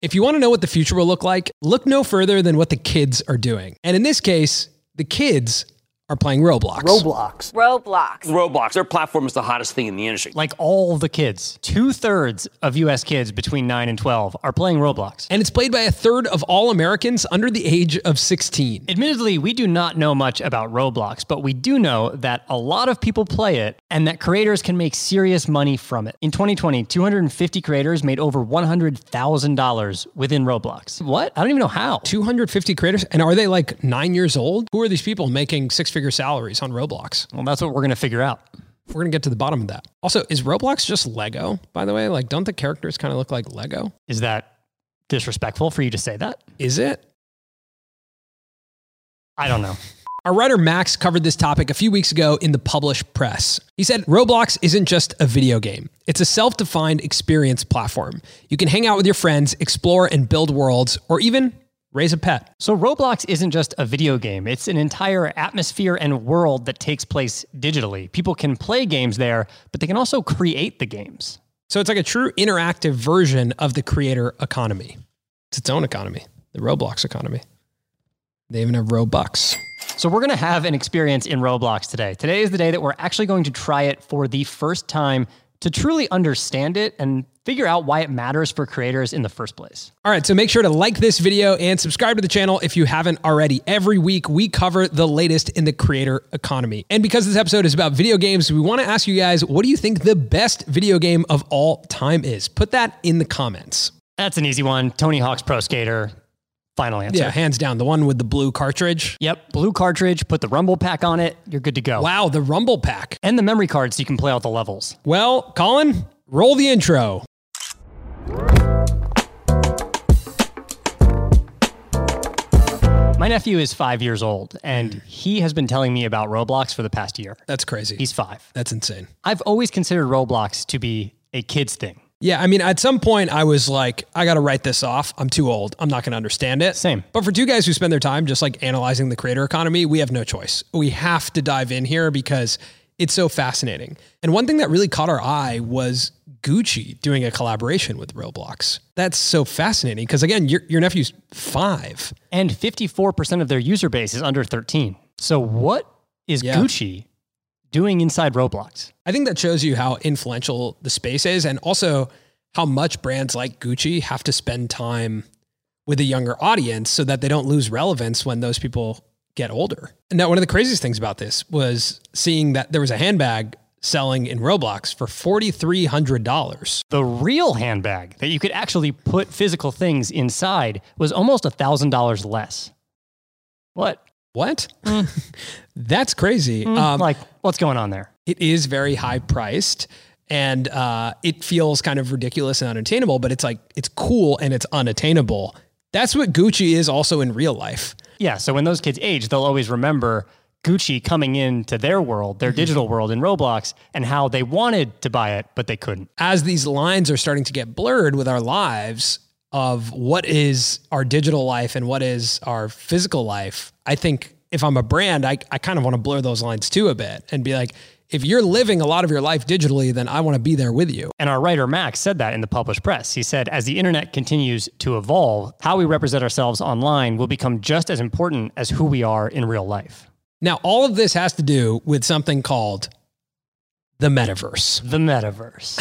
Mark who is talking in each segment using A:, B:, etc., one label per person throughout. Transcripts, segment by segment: A: If you want to know what the future will look like, look no further than what the kids are doing. And in this case, the kids are playing Roblox.
B: Roblox.
C: Roblox.
D: Roblox, their platform is the hottest thing in the industry.
E: Like all the kids, two thirds of US kids between 9 and 12 are playing Roblox.
A: and it's played by a third of all Americans under the age of 16.
E: Admittedly, we do not know much about Roblox, but we do know that a lot of people play it and that creators can make serious money from it. In 2020, 250 creators made over $100,000 within Roblox. What? I don't even know how.
A: 250 creators. And are they like nine years old? Who are these people making six figure salaries on Roblox?
E: Well, that's what we're going to figure out.
A: We're going to get to the bottom of that. Also, is Roblox just Lego, by the way? Like, don't the characters kind of look like Lego?
E: Is that disrespectful for you to say that?
A: Is it?
E: I don't know.
A: Our writer Max covered this topic a few weeks ago in the published press. He said Roblox isn't just a video game, it's a self defined experience platform. You can hang out with your friends, explore and build worlds, or even raise a pet.
E: So, Roblox isn't just a video game, it's an entire atmosphere and world that takes place digitally. People can play games there, but they can also create the games.
A: So it's like a true interactive version of the creator economy. It's its own economy, the Roblox economy. They even have Robux.
E: So, we're going to have an experience in Roblox today. Today is the day that we're actually going to try it for the first time to truly understand it and figure out why it matters for creators in the first place.
A: All right, so make sure to like this video and subscribe to the channel if you haven't already. Every week, we cover the latest in the creator economy. And because this episode is about video games, we want to ask you guys what do you think the best video game of all time is? Put that in the comments.
E: That's an easy one. Tony Hawk's Pro Skater. Final answer.
A: Yeah, hands down, the one with the blue cartridge.
E: Yep. Blue cartridge, put the Rumble Pack on it. You're good to go.
A: Wow, the Rumble Pack.
E: And the memory card so you can play all the levels.
A: Well, Colin, roll the intro.
E: My nephew is five years old, and he has been telling me about Roblox for the past year.
A: That's crazy.
E: He's five.
A: That's insane.
E: I've always considered Roblox to be a kid's thing.
A: Yeah, I mean, at some point, I was like, I got to write this off. I'm too old. I'm not going to understand it.
E: Same.
A: But for two guys who spend their time just like analyzing the creator economy, we have no choice. We have to dive in here because it's so fascinating. And one thing that really caught our eye was Gucci doing a collaboration with Roblox. That's so fascinating because, again, your, your nephew's five.
E: And 54% of their user base is under 13. So, what is
A: Yeah.
E: Gucci doing inside Roblox?
A: I think that shows you how influential the space is and also how much brands like Gucci have to spend time with a younger audience so that they don't lose relevance when those people get older. Now, one of the craziest things about this was seeing that there was a handbag selling in Roblox for $4,300.
E: The real handbag that you could actually put physical things inside was almost $1,000 less. What?
A: What? That's crazy.
E: Um, like, what's going on there?
A: it is very high priced and uh, it feels kind of ridiculous and unattainable but it's like it's cool and it's unattainable that's what gucci is also in real life
E: Yeah. So when those kids age, they'll always remember Gucci coming into their world, their digital world in Roblox, and how they wanted to buy it, but they couldn't.
A: as these lines are starting to get blurred with our lives of what is our digital life and what is our physical life i think if i'm a brand i, I kind of want to blur those lines too a bit and be like if you're living a lot of your life digitally then i want to be there with you
E: And our writer Max said that in the published press. He said, as the internet continues to evolve, how we represent ourselves online will become just as important as who we are in real life.
A: now all of this has to do with something called the metaverse
E: The metaverse.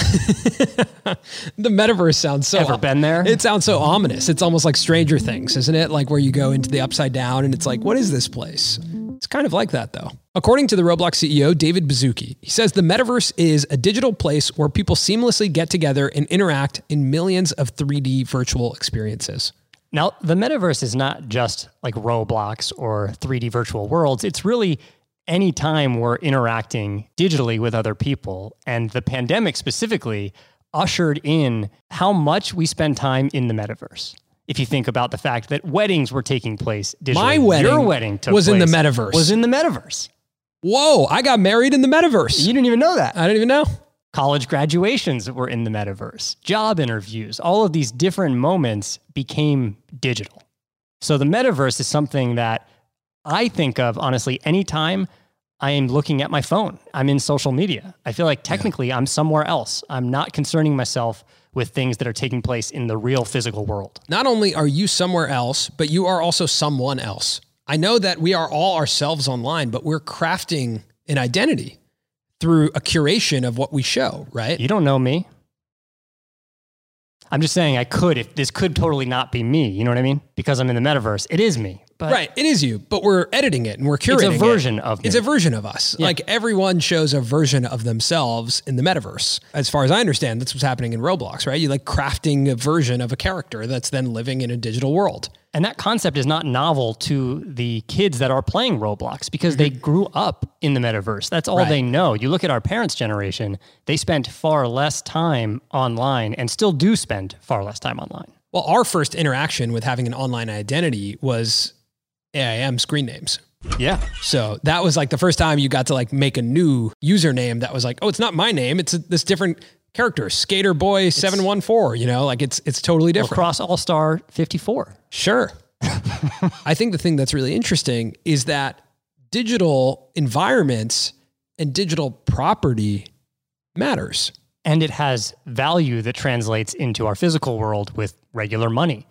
A: The metaverse sounds so.
E: Ever been there?
A: It sounds so ominous. It's almost like Stranger Things, isn't it? Like where you go into the upside down and it's like, what is this place? It's kind of like that though. According to the Roblox CEO, David Bazuki, he says the metaverse is a digital place where people seamlessly get together and interact in millions of 3D virtual experiences.
E: now, the metaverse is not just like Roblox or 3D virtual worlds. It's really any time we're interacting digitally with other people. And the pandemic specifically ushered in how much we spend time in the metaverse. If you think about the fact that weddings were taking place digitally,
A: My wedding
E: your wedding took
A: was in the
E: place-
A: metaverse.
E: Was in the metaverse.
A: Whoa, I got married in the metaverse.
E: You didn't even know that.
A: I didn't even know.
E: College graduations were in the metaverse, job interviews, all of these different moments became digital. So the metaverse is something that I think of, honestly, anytime I am looking at my phone, I'm in social media. I feel like technically I'm somewhere else. I'm not concerning myself with things that are taking place in the real physical world.
A: Not only are you somewhere else, but you are also someone else. I know that we are all ourselves online, but we're crafting an identity through a curation of what we show, right?
E: You don't know me. I'm just saying I could if this could totally not be me, you know what I mean? Because I'm in the metaverse. It is me. But
A: right. It is you, but we're editing it and we're curating
E: it's a
A: it.
E: version of me.
A: It's a version of us. Like everyone shows a version of themselves in the metaverse. As far as I understand, that's what's happening in Roblox, right? You like crafting a version of a character that's then living in a digital world.
E: and that concept is not novel to the kids that are playing Roblox because they
A: Mm-hmm.
E: grew up in the metaverse. That's all they know. You look at our parents' generation, they spent far less time online and still do spend far less time online.
A: Well, our first interaction with having an online identity was AIM screen names.
E: Yeah.
A: So that was like the first time you got to like make a new username that was like, oh, it's not my name. It's a, this different character, Skater Boy Seven One Four. You know, like it's it's totally different.
E: Across All Star 54.
A: Sure. I think the thing that's really interesting is that digital environments and digital property matters.
E: and it has value that translates into our physical world with regular money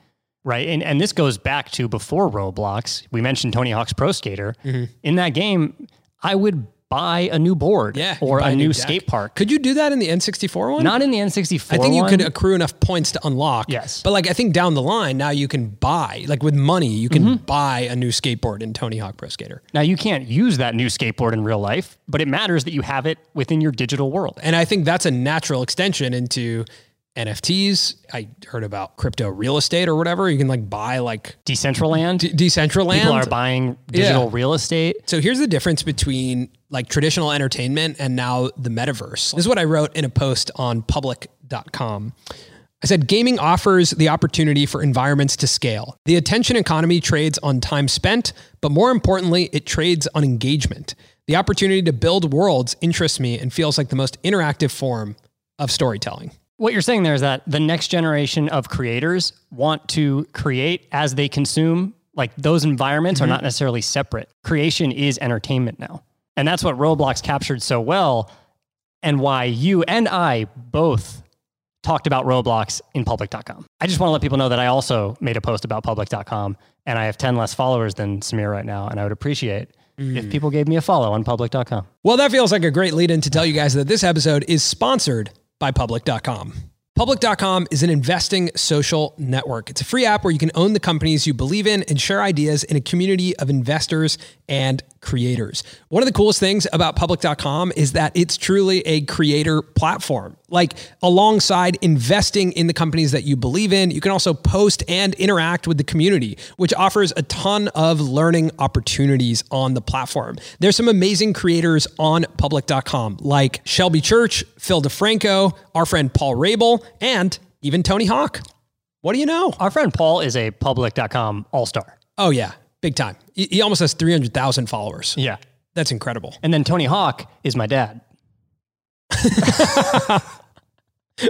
E: right and and this goes back to before roblox we mentioned tony hawk's pro skater
A: Mm-hmm.
E: in that game i would buy a new board
A: Yeah, you
E: or
A: buy
E: a
A: a
E: new,
A: new deck.
E: skate park
A: Could you do that in the N64 one?
E: not in the n64
A: I think you
E: one.
A: could accrue enough points to unlock.
E: Yes.
A: But like I think down the line now you can buy like with money you can
E: Mm-hmm.
A: buy a new skateboard in Tony Hawk Pro Skater.
E: now you can't use that new skateboard in real life but it matters that you have it within your digital world
A: And I think that's a natural extension into NFTs. I heard about crypto real estate or whatever. You can like buy like
E: decentraland
A: D- Decentraland.
E: people are buying digital real estate
A: So here's the difference between like traditional entertainment and now the metaverse. This is what I wrote in a post on public.com. I said gaming offers the opportunity for environments to scale. The attention economy trades on time spent, but more importantly, it trades on engagement. The opportunity to build worlds interests me and feels like the most interactive form of storytelling.
E: what you're saying there is that the next generation of creators want to create as they consume. Like those environments are not necessarily separate. Creation is entertainment now. And that's what Roblox captured so well, and why you and I both talked about Roblox in public.com. I just want to let people know that I also made a post about public.com, and I have 10 less followers than Samir right now. And I would appreciate if people gave me a follow on public.com.
A: Well, that feels like a great lead in to tell you guys that this episode is sponsored by Public.com. Public.com is an investing social network. It's a free app where you can own the companies you believe in and share ideas in a community of investors and creators. One of the coolest things about Public.com is that it's truly a creator platform. Like alongside investing in the companies that you believe in, you can also post and interact with the community, which offers a ton of learning opportunities on the platform. There's some amazing creators on public.com like Shelby Church, Phil DeFranco, our friend Paul Rabel, and even Tony Hawk. What do you know?
E: Our friend Paul is a public.com all star.
A: Oh, yeah, big time. He he almost has 300,000 followers.
E: Yeah.
A: That's incredible.
E: And then Tony Hawk is my dad.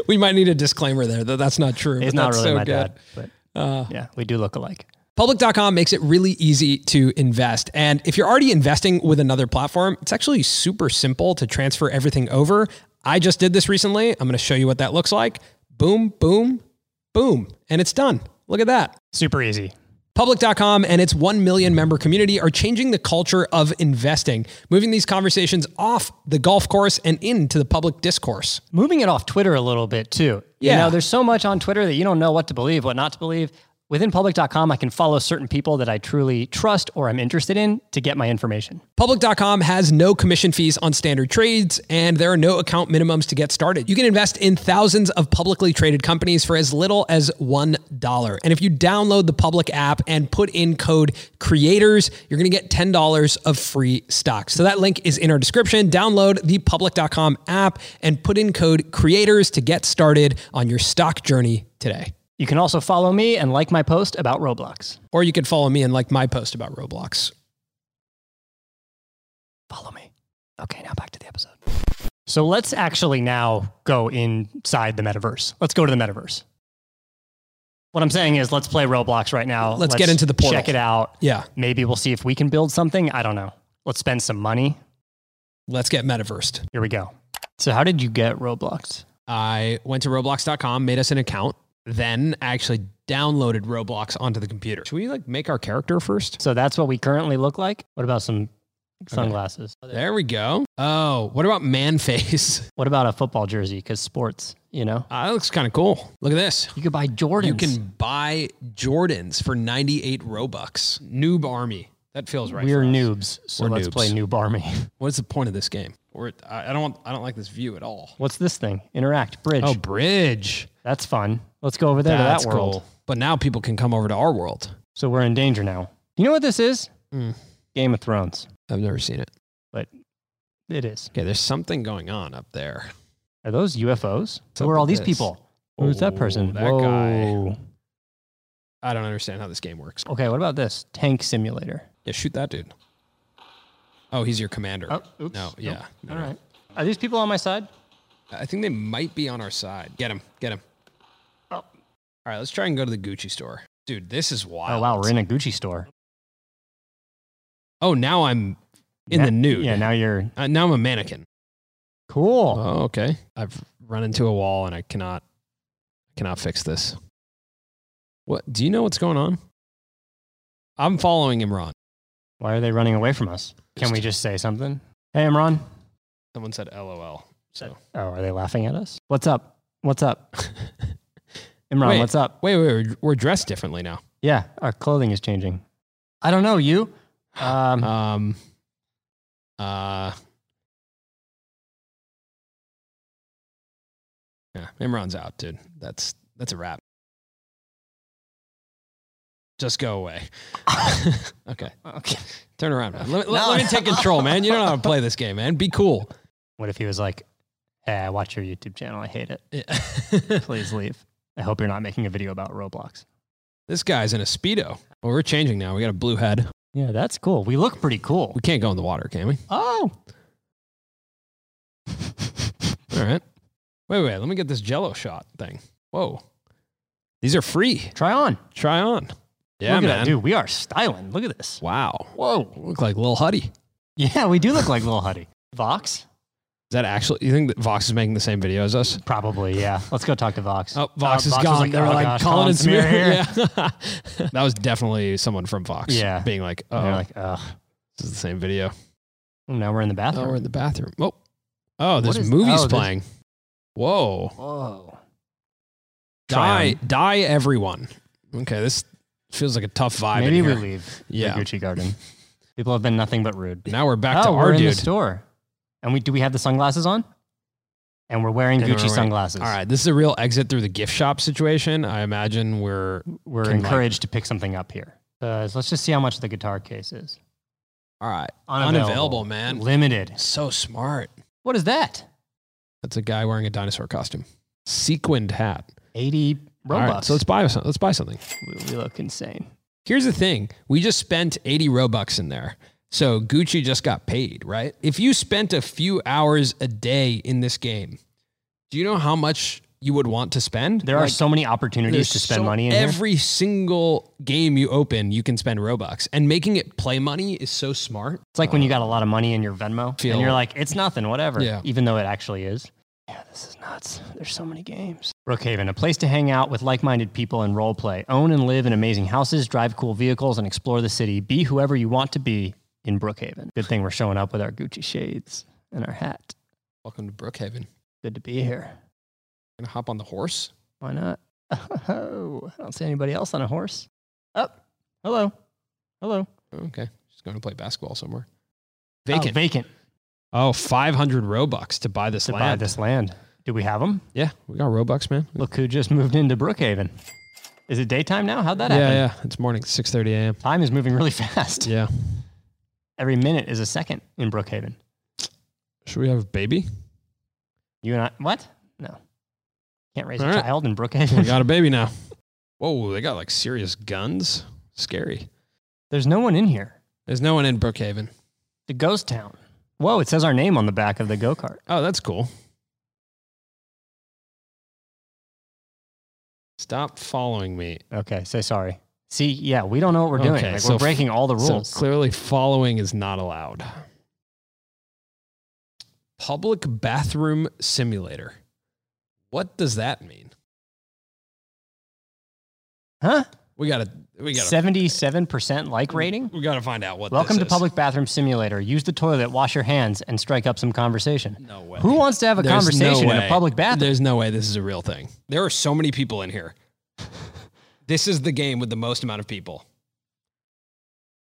A: We might need a disclaimer there that that's not true. but
E: It's not
A: that's
E: really
A: so
E: my
A: good. Uh,
E: dad, but yeah, we do look alike.
A: Public.com makes it really easy to invest. And if you're already investing with another platform, it's actually super simple to transfer everything over. I just did this recently. I'm going to show you what that looks like. Boom, boom, boom. And it's done. Look at that.
E: Super easy.
A: Public.com and its 1 million member community are changing the culture of investing, moving these conversations off the golf course and into the public discourse.
E: Moving it off Twitter a little bit too.
A: Yeah.
E: You know, there's so much on Twitter that you don't know what to believe, what not to believe. Within public.com, I can follow certain people that I truly trust or I'm interested in to get my information.
A: Public.com has no commission fees on standard trades, and there are no account minimums to get started. You can invest in thousands of publicly traded companies for as little as $1. And if you download the public app and put in code creators, you're going to get $10 of free stocks. So that link is in our description. Download the public.com app and put in code creators to get started on your stock journey today.
E: You can also follow me and like my post about Roblox.
A: Or you could follow me and like my post about Roblox.
E: Follow me. Okay, now back to the episode. So let's actually now go inside the metaverse. Let's go to the metaverse. What I'm saying is, let's play Roblox right now.
A: Let's get into the portal.
E: Check it out.
A: Yeah,
E: Maybe we'll see if we can build something. I don't know. Let's spend some money.
A: let's get metaversed.
E: Here we go. So, how did you get Roblox?
A: I went to roblox.com, made us an account, then I actually downloaded Roblox onto the computer. Should we like make our character first?
E: So that's what we currently look like. What about some sunglasses?
A: There we go. Oh, what about man face?
E: What about a football jersey? Because sports, you know,
A: Ah, that looks kind of cool. Look at this.
E: you could buy Jordans.
A: You can buy Jordans for 98 Robux. Noob army. That feels right.
E: We're
A: for us.
E: noobs, so
A: We're
E: let's
A: noobs.
E: play noob army.
A: What's the point of this game? Or I I don't I don't like this view at all.
E: What's this thing? Interact bridge.
A: Oh, bridge.
E: That's fun. Let's go over there
A: That's
E: to that world.
A: cool. But now people can come over to our world.
E: So we're in danger now. You know what this is?
A: Hmm.
E: Game of Thrones.
A: I've never seen it.
E: It is.
A: Okay, there's something going on up there.
E: Are those UFOs?
A: What's
E: So
A: up
E: where are all
A: with
E: these
A: this?
E: people? Who's that
A: Oh,
E: person?
A: that guy.
E: Whoa.
A: I don't understand how this game works.
E: Okay, what about this? Tank simulator.
A: Yeah, shoot that dude. Oh, he's your commander.
E: Oh, oops.
A: No,
E: Nope.
A: yeah.
E: All right. Are these people on my side?
A: I think they might be on our side. Get him. Get him.
E: Oh.
A: All right, let's try and go to the Gucci store. Dude, this is wild.
E: Oh wow, we're in a Gucci store.
A: Oh, now I'm in
E: Na-
A: the nude.
E: Yeah, now you're
A: Uh, now I'm a mannequin.
E: cool.
A: Oh, okay. I've run into a wall and I cannot cannot fix this. What do you know what's going on? I'm following him, Ron.
E: Why are they running away from us? Can
A: Just-
E: we just say something? Hey, Imran.
A: Someone said LOL. So
E: Oh, are they laughing at us? What's up? What's up? Imran,
A: Wait.
E: what's up?
A: wait, wait, we're- we're dressed differently now.
E: Yeah, our clothing is changing. I don't know, you? Um,
A: Um uh Yeah, Imran's out, dude. That's that's a wrap. Just go away. okay.
E: Oh, okay.
A: Turn around, man. Let, let,
E: No.
A: let me take control, man. You don't know how to play this game, man. Be cool.
E: What if he was like, hey, I watch your YouTube channel. I hate it.
A: Yeah.
E: Please leave. I hope you're not making a video about Roblox.
A: this guy's in a speedo. Well, we're changing now. We got a blue head.
E: Yeah, that's cool. We look pretty cool.
A: We can't go in the water, can we?
E: Oh.
A: All right. Wait, wait. Let me get this Jello shot thing. Whoa. These are free.
E: Try on.
A: Try on. Yeah,
E: look at
A: man.
E: that, dude. We are styling. Look at this.
A: Wow.
E: Whoa.
A: Look like Lil Huddy. Is
E: Yeah, we do look like Lil Huddy. Vox?
A: that actually? You think that Vox is making the same video as us?
E: Probably, yeah. Let's go talk to Vox.
A: Oh, Vox
E: Uh,
A: is
E: was
A: gone. they were
E: oh
A: like
E: gosh,
A: Colin and Smear.
E: here.
A: Yeah. that was definitely someone from Vox.
E: Yeah.
A: Being like,
E: And
A: oh,
E: They're like, ugh.
A: this is the same video.
E: Now we're in the
A: Oh,
E: bathroom.
A: we're in the bathroom. Oh, oh, there's
E: What is- oh,
A: movies
E: there's-
A: playing. Whoa.
E: Whoa.
A: Die,
E: Try
A: die, everyone. Okay, this feels like a tough vibe.
E: Maybe
A: in
E: we
A: here.
E: leave
A: Yeah.
E: the Gucci Garden. People have been nothing but rude.
A: Now we're back to
E: oh, we're
A: our
E: in the
A: dude.
E: store, and we do we have the sunglasses on, and we're wearing
A: And
E: Gucci
A: we're wearing-
E: sunglasses.
A: All right, this is a real exit through the gift shop situation. I imagine we're
E: we're
A: Can, like-
E: encouraged to pick something up here. Uh, so let's just see how much the guitar case is.
A: all right. Unavailable, man.
E: Limited.
A: So smart.
E: What is that?
A: That's a guy wearing a dinosaur costume, sequined hat.
E: Eighty
A: All
E: robots.
A: right, so let's buy some, let's buy something.
E: we, we look insane.
A: Here's the thing: we just spent eighty Robux in there, so Gucci just got paid, right? If you spent a few hours a day in this game, do you know how much you would want to spend?
E: There are
A: Like,
E: so many opportunities
A: there's
E: to spend
A: so-
E: money in here.
A: every single game you open, you can spend Robux, and making it play money is so smart.
E: It's like when you got a lot of money in your Venmo,
A: Uh, Feel-
E: and you're like, it's nothing, whatever.
A: Yeah.
E: Even though it actually is. Yeah, this is nuts. There's so many games. Brookhaven, a place to hang out with like minded people and role play. Own and live in amazing houses, drive cool vehicles, and explore the city. Be whoever you want to be in Brookhaven. Good thing we're showing up with our Gucci shades and our hat.
A: Welcome to Brookhaven.
E: Good to be here.
A: Gonna hop on the horse.
E: Why not? Oh, I don't see anybody else on a horse. Oh, hello. Hello.
A: Okay, she's going to play basketball somewhere.
E: Oh,
A: Vacant.
E: vacant.
A: Oh, 500 Robux to buy this
E: To buy
A: land.
E: this land. Do we have them?
A: Yeah, we got Robux, man.
E: Look who just moved into Brookhaven. Is it daytime now? How'd that
A: yeah,
E: happen?
A: yeah. It's morning, 6:30 a.m.
E: Time is moving really fast.
A: Yeah.
E: Every minute is a second in Brookhaven.
A: Should we have a baby?
E: You and I, what? No. Can't raise
A: All
E: a
A: right.
E: child in
A: We
E: Brookhaven.
A: got a baby now. Whoa, they got like serious guns. Scary.
E: There's no one in here.
A: There's no one in Brookhaven.
E: The ghost town. Whoa, it says our name on the back of the go kart.
A: Oh, that's cool. Stop following me.
E: Okay, say sorry. See, yeah, we don't know what we're doing.
A: Okay,
E: like,
A: so
E: we're
A: f-
E: breaking all the rules.
A: So clearly, following is not allowed. Public bathroom simulator. What does that mean?
E: Huh?
A: We gotta we gotta
E: 77% like rating?
A: we gotta find out what.
E: Welcome
A: this
E: to
A: is.
E: Public Bathroom Simulator. Use the toilet, wash your hands, and strike up some conversation.
A: No way.
E: Who wants to have a
A: There's no
E: conversation in
A: way.
E: a public bathroom?
A: There's no way this is a real thing. There are so many people in here. This is the game with the most amount of people.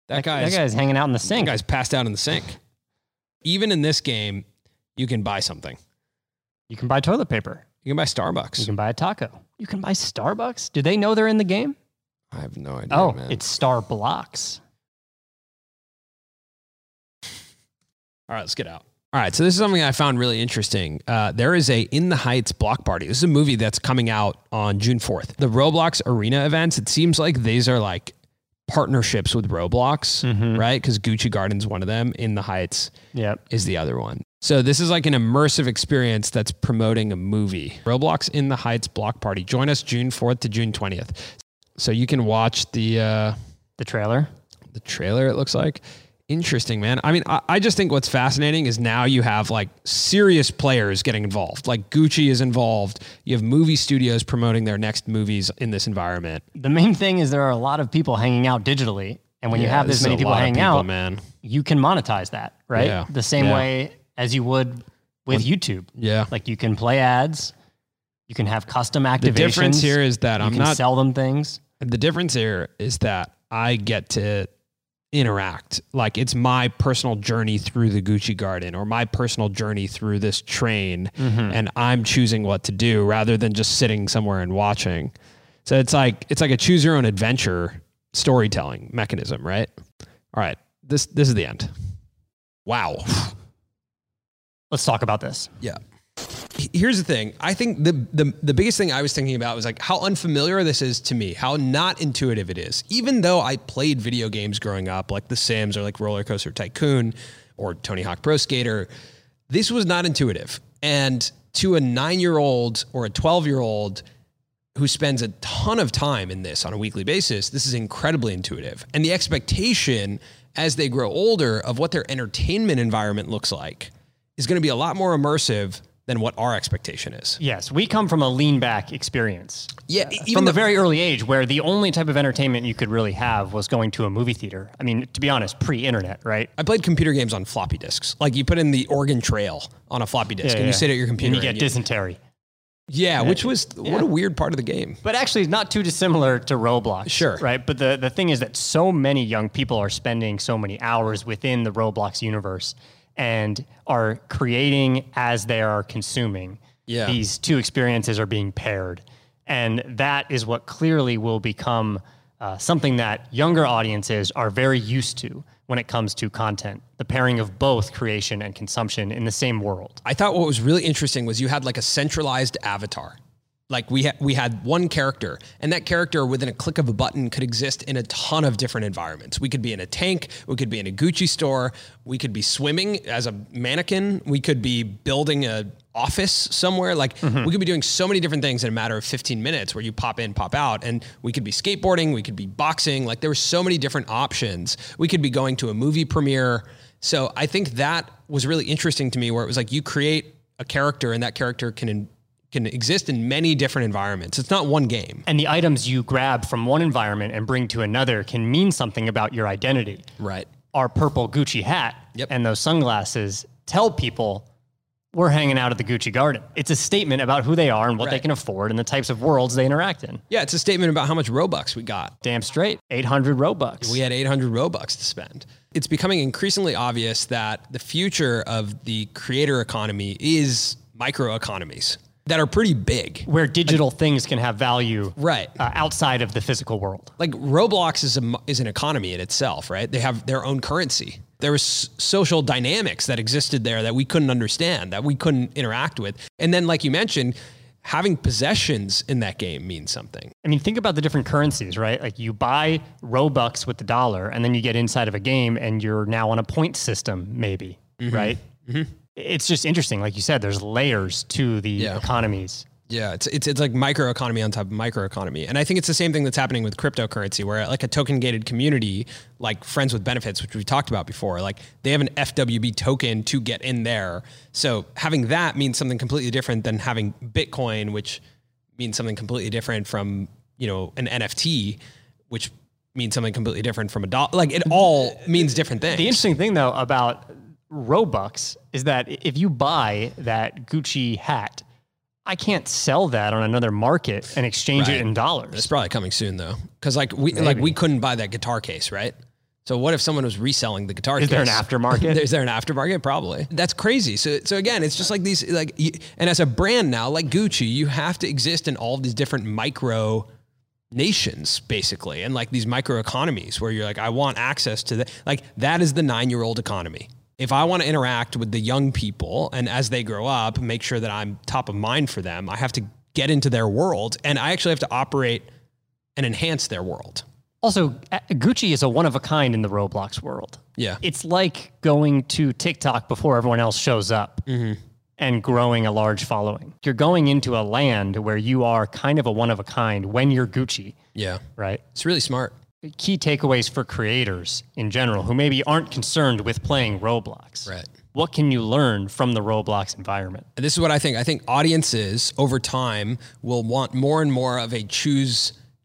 A: That guy's
E: that guy's hanging out in the
A: that
E: sink.
A: guy's passed out in the sink. Even in this game, you can buy something.
E: You can buy toilet paper.
A: You can buy
E: You
A: Starbucks.
E: can buy a taco. You can buy Starbucks. Do they know they're in the game?
A: I have no idea.
E: Oh,
A: man.
E: it's Star Blocks.
A: All right, let's get out. All right, so this is something I found really interesting. Uh, there is a In the Heights block party. This is a movie that's coming out on June 4th. The Roblox Arena events, it seems like these are like partnerships with Roblox,
E: Mhm.
A: right? Because Gucci Garden's one of them, In the Heights
E: Yep.
A: is the other one. So this is like an immersive experience that's promoting a movie. Roblox in the Heights block party. Join us June 4th to June 20th. So you can watch the uh,
E: The trailer.
A: the trailer it looks like interesting man i mean I, I just think what's fascinating is now you have like serious players getting involved like gucci is involved you have movie studios promoting their next movies in this environment
E: The main thing is there are a lot of people hanging out digitally. And when you
A: Yeah,
E: have this,
A: is
E: many
A: a
E: people
A: lot of
E: hanging out,
A: man
E: you can monetize that, right?
A: Yeah.
E: The same
A: Yeah.
E: way as you would with YouTube.
A: yeah
E: Like you can play ads, you can have custom activations.
A: the difference here is that
E: you
A: i'm
E: can
A: not
E: sell them things.
A: the difference here is that i get to interact like it's my personal journey through the gucci garden or my personal journey through this train and I'm choosing what to do rather than just sitting somewhere and watching. So it's like it's like a choose your own adventure storytelling mechanism, right? All right. This this is the end. Wow.
E: Let's talk about this.
A: Yeah. Here's the thing. I think the, the the biggest thing I was thinking about was like how unfamiliar this is to me, how not intuitive it is. Even though I played video games growing up, like The Sims or like Roller Coaster Tycoon or Tony Hawk Pro Skater, this was not intuitive. And to a nine year old or a 12 year old, who spends a ton of time in this on a weekly basis, this is incredibly intuitive. And the expectation as they grow older of what their entertainment environment looks like is going to be a lot more immersive than what our expectation is.
E: Yes, we come from a lean back experience.
A: Yeah, e- even
E: Uh, from
A: the
E: a very early age where the only type of entertainment you could really have was going to a movie theater. I mean, to be honest, pre internet, right?
A: I played computer games on floppy disks. Like you put in the Oregon Trail on a floppy disk and you sit at your computer.
E: and you get
A: and
E: dysentery.
A: yeah, which was what a weird part of the game.
E: But actually, it's not too dissimilar to Roblox.
A: Sure.
E: Right. But the, the thing is that so many young people are spending so many hours within the Roblox universe and are creating as they are consuming.
A: Yeah.
E: These two experiences are being paired. And that is what clearly will become uh, something that younger audiences are very used to when it comes to content the pairing of both creation and consumption in the same world.
A: I thought what was really interesting was you had like a centralized avatar. Like we ha- we had one character, and that character within a click of a button could exist in a ton of different environments. We could be in a tank, we could be in a Gucci store, we could be swimming as a mannequin, we could be building a office somewhere. Like we could be doing so many different things in a matter of 15 minutes where you pop in, pop out, and we could be skateboarding, we could be boxing. Like there were so many different options. We could be going to a movie premiere. So I think that was really interesting to me, where it was like you create a character, and that character can can exist in many different environments. It's not one game.
E: And the items you grab from one environment and bring to another can mean something about your identity.
A: Right.
E: Our purple Gucci hat
A: Yep.
E: and those sunglasses tell people we're hanging out at the Gucci Garden. It's a statement about who they are and what they
A: Right.
E: can afford and the types of worlds they interact in.
A: Yeah, it's a statement about how much Robux we got.
E: Damn straight. 800 Robux.
A: We had 800 Robux to spend. It's becoming increasingly obvious that the future of the creator economy is micro economies that are pretty big.
E: where digital things can have value
A: Right.
E: uh, outside of the physical world.
A: Like Roblox is a, is an economy in itself, right? They have their own currency. There was social dynamics that existed there that we couldn't understand, that we couldn't interact with. And then like you mentioned, having possessions in that game means something.
E: I mean, think about the different currencies, right? Like you buy Robux with the dollar, and then you get inside of a game, and you're now on a point system, maybe, right? It's just interesting. Like you said, there's layers to the economies
A: Yeah, it's it's it's like microeconomy on top of microeconomy, and I think it's the same thing that's happening with cryptocurrency, where like a token gated community, like Friends with Benefits, which we talked about before, like they have an FWB token to get in there. So having that means something completely different than having Bitcoin, which means something completely different from you know an NFT, which means something completely different from a dollar. Like it all means different things.
E: The interesting thing though about Robux is that if you buy that Gucci hat, I can't sell that on another market and exchange
A: Right.
E: it in dollars.
A: It's probably coming soon though, because like we like we couldn't buy that guitar case, right? So what if someone was reselling the guitar?
E: Is
A: case?
E: there an aftermarket?
A: Is there an aftermarket? Probably. That's crazy. So so again, it's just like these like you, and as a brand now, like Gucci, you have to exist in all of these different micro nations basically and like these micro economies where you're like i want access to that like that is the nine year old economy if i want to interact with the young people and as they grow up make sure that i'm top of mind for them i have to get into their world and i actually have to operate and enhance their world
E: Also, a- Gucci is a one of a kind in the Roblox world.
A: yeah
E: It's like going to TikTok before everyone else shows up
A: Mm-hmm.
E: and growing a large following. You're going into a land where you are kind of a one of a kind when you're Gucci,
A: yeah
E: right?
A: it's really smart
E: Key takeaways for creators in general who maybe aren't concerned with playing Roblox.
A: Right.
E: What can you learn from the Roblox environment?
A: And this is what I think. I think audiences over time will want more and more of a choose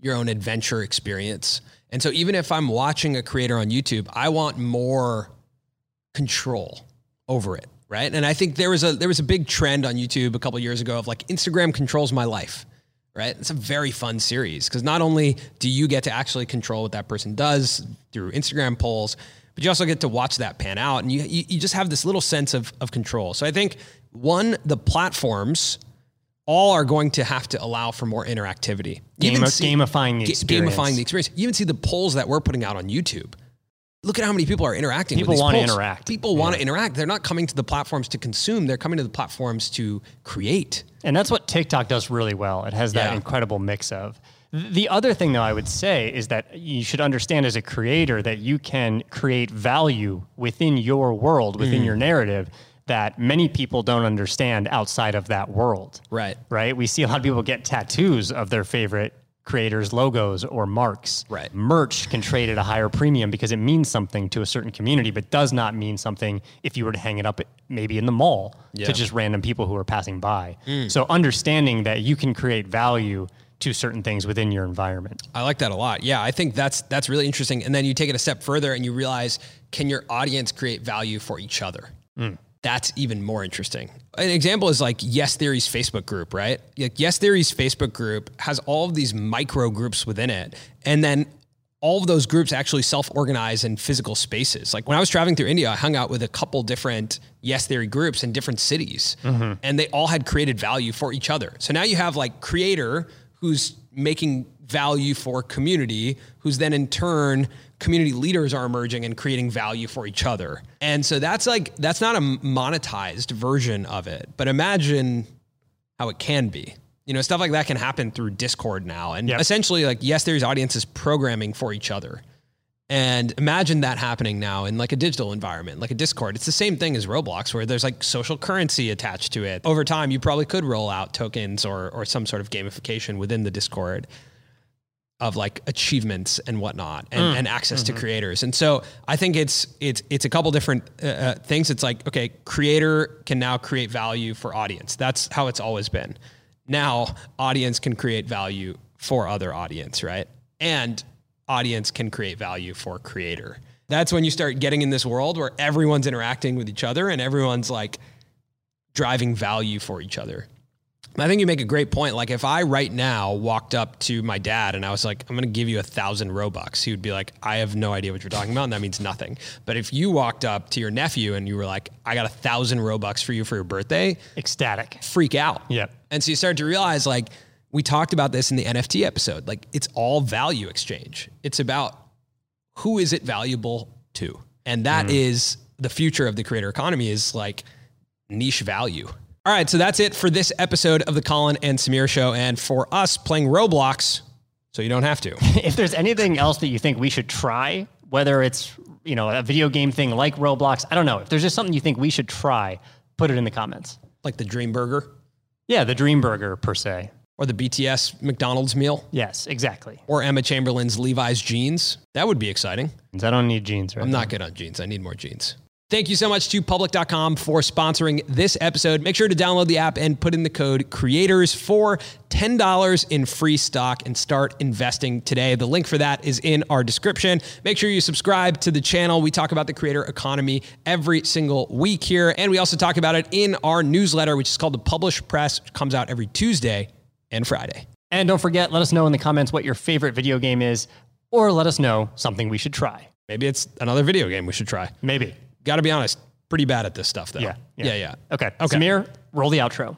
A: your own adventure experience. And so even if I'm watching a creator on YouTube, I want more control over it, right? And I think there was a there was a big trend on YouTube a couple years ago of like Instagram controls my life, right? It's a very fun series because not only do you get to actually control what that person does through Instagram polls, but you also get to watch that pan out, and you you, you just have this little sense of of control. So I think one the platforms all are going to have to allow for more interactivity. You
E: Game
A: even
E: of-
A: see-
E: gamifying the
A: ga-
E: experience.
A: Gamifying the experience. You even see the polls that we're putting out on YouTube. Look at how many people are interacting.
E: People
A: with these
E: wanna
A: polls.
E: interact.
A: People want to interact. They're not coming to the platforms to consume. They're coming to the platforms to create.
E: And that's what TikTok does really well. It has that
A: Yeah.
E: incredible mix of. Th- The other thing, though, I would say is that you should understand as a creator that you can create value within your world, within
A: Mm.
E: your narrative, that many people don't understand outside of that world.
A: Right.
E: Right. We see a lot of people get tattoos of their favorite creators' logos or marks.
A: Right.
E: Merch can trade at a higher premium because it means something to a certain community, but does not mean something if you were to hang it up at- maybe in the mall
A: Yeah. Mm.
E: to just random people who are passing by. So understanding that you can create value to certain things within your environment.
A: I like that a lot. Yeah, I think that's that's really interesting. And then you take it a step further and you realize can your audience create value for each other?
E: Mm.
A: That's even more interesting. An example is like Yes Theory's Facebook group, right? Like Yes Theory's Facebook group has all of these micro groups within it. And then all of those groups actually self-organize in physical spaces. Like when I was traveling through India, I hung out with a couple different Yes Theory groups in different cities, and they all had created value for each other. So now you have like creator who's making value for community, who's then in turn community leaders are emerging and creating value for each other. And so that's like that's not a monetized version of it, but imagine how it can be. You know, stuff like that can happen through Discord now. And
E: Yep.
A: essentially, like, yes, there's audiences programming for each other. And imagine that happening now in like a digital environment, like a Discord. It's the same thing as Roblox, where there's like social currency attached to it. Over time, you probably could roll out tokens or or some sort of gamification within the Discord of like achievements and whatnot and, and access to creators. And so I think it's it's it's a couple different uh, uh, things. It's like okay, creator can now create value for audience. That's how it's always been. Now audience can create value for other audience, right? And audience can create value for creator. That's when you start getting in this world where everyone's interacting with each other and everyone's like driving value for each other. I think you make a great point. Like if I right now walked up to my dad and I was like, I'm going to give you a thousand Robux, he would be like, I have no idea what you're talking about. And that means nothing. But if you walked up to your nephew and you were like, I got a thousand Robux for you for your birthday,
E: Ecstatic.
A: freak out.
E: Yep.
A: And so you start to realize like we talked about this in the NFT episode, like it's all value exchange. It's about who is it valuable to? And that is the future of the creator economy is like niche value. All right, so that's it for this episode of the Colin and Samir show and for us playing Roblox so you don't have to.
E: if there's anything else that you think we should try, whether it's you know a video game thing like Roblox, I don't know. If there's just something you think we should try, put it in the comments.
A: like the dream burger.
E: Yeah, the dream burger per se.
A: or the BTS McDonald's meal
E: Yes, exactly.
A: or Emma Chamberlain's Levi's jeans. That would be exciting.
E: I don't need jeans, right?
A: I'm not good on jeans. I need more jeans. Thank you so much to public.com for sponsoring this episode. Make sure to download the app and put in the code creators for $10 in free stock and start investing today. The link for that is in our description. Make sure you subscribe to the channel. We talk about the creator economy every single week here. And we also talk about it in our newsletter, which is called the Publish Press, which comes out every Tuesday and Friday.
E: And don't forget, let us know in the comments what your favorite video game is, or let us know something we should try.
A: Maybe it's another video game we should try.
E: Maybe.
A: Got to be honest, pretty bad at this stuff though.
E: Yeah,
A: Yeah.
E: yeah.
A: Yeah.
E: Okay. okay. Samir, roll the outro.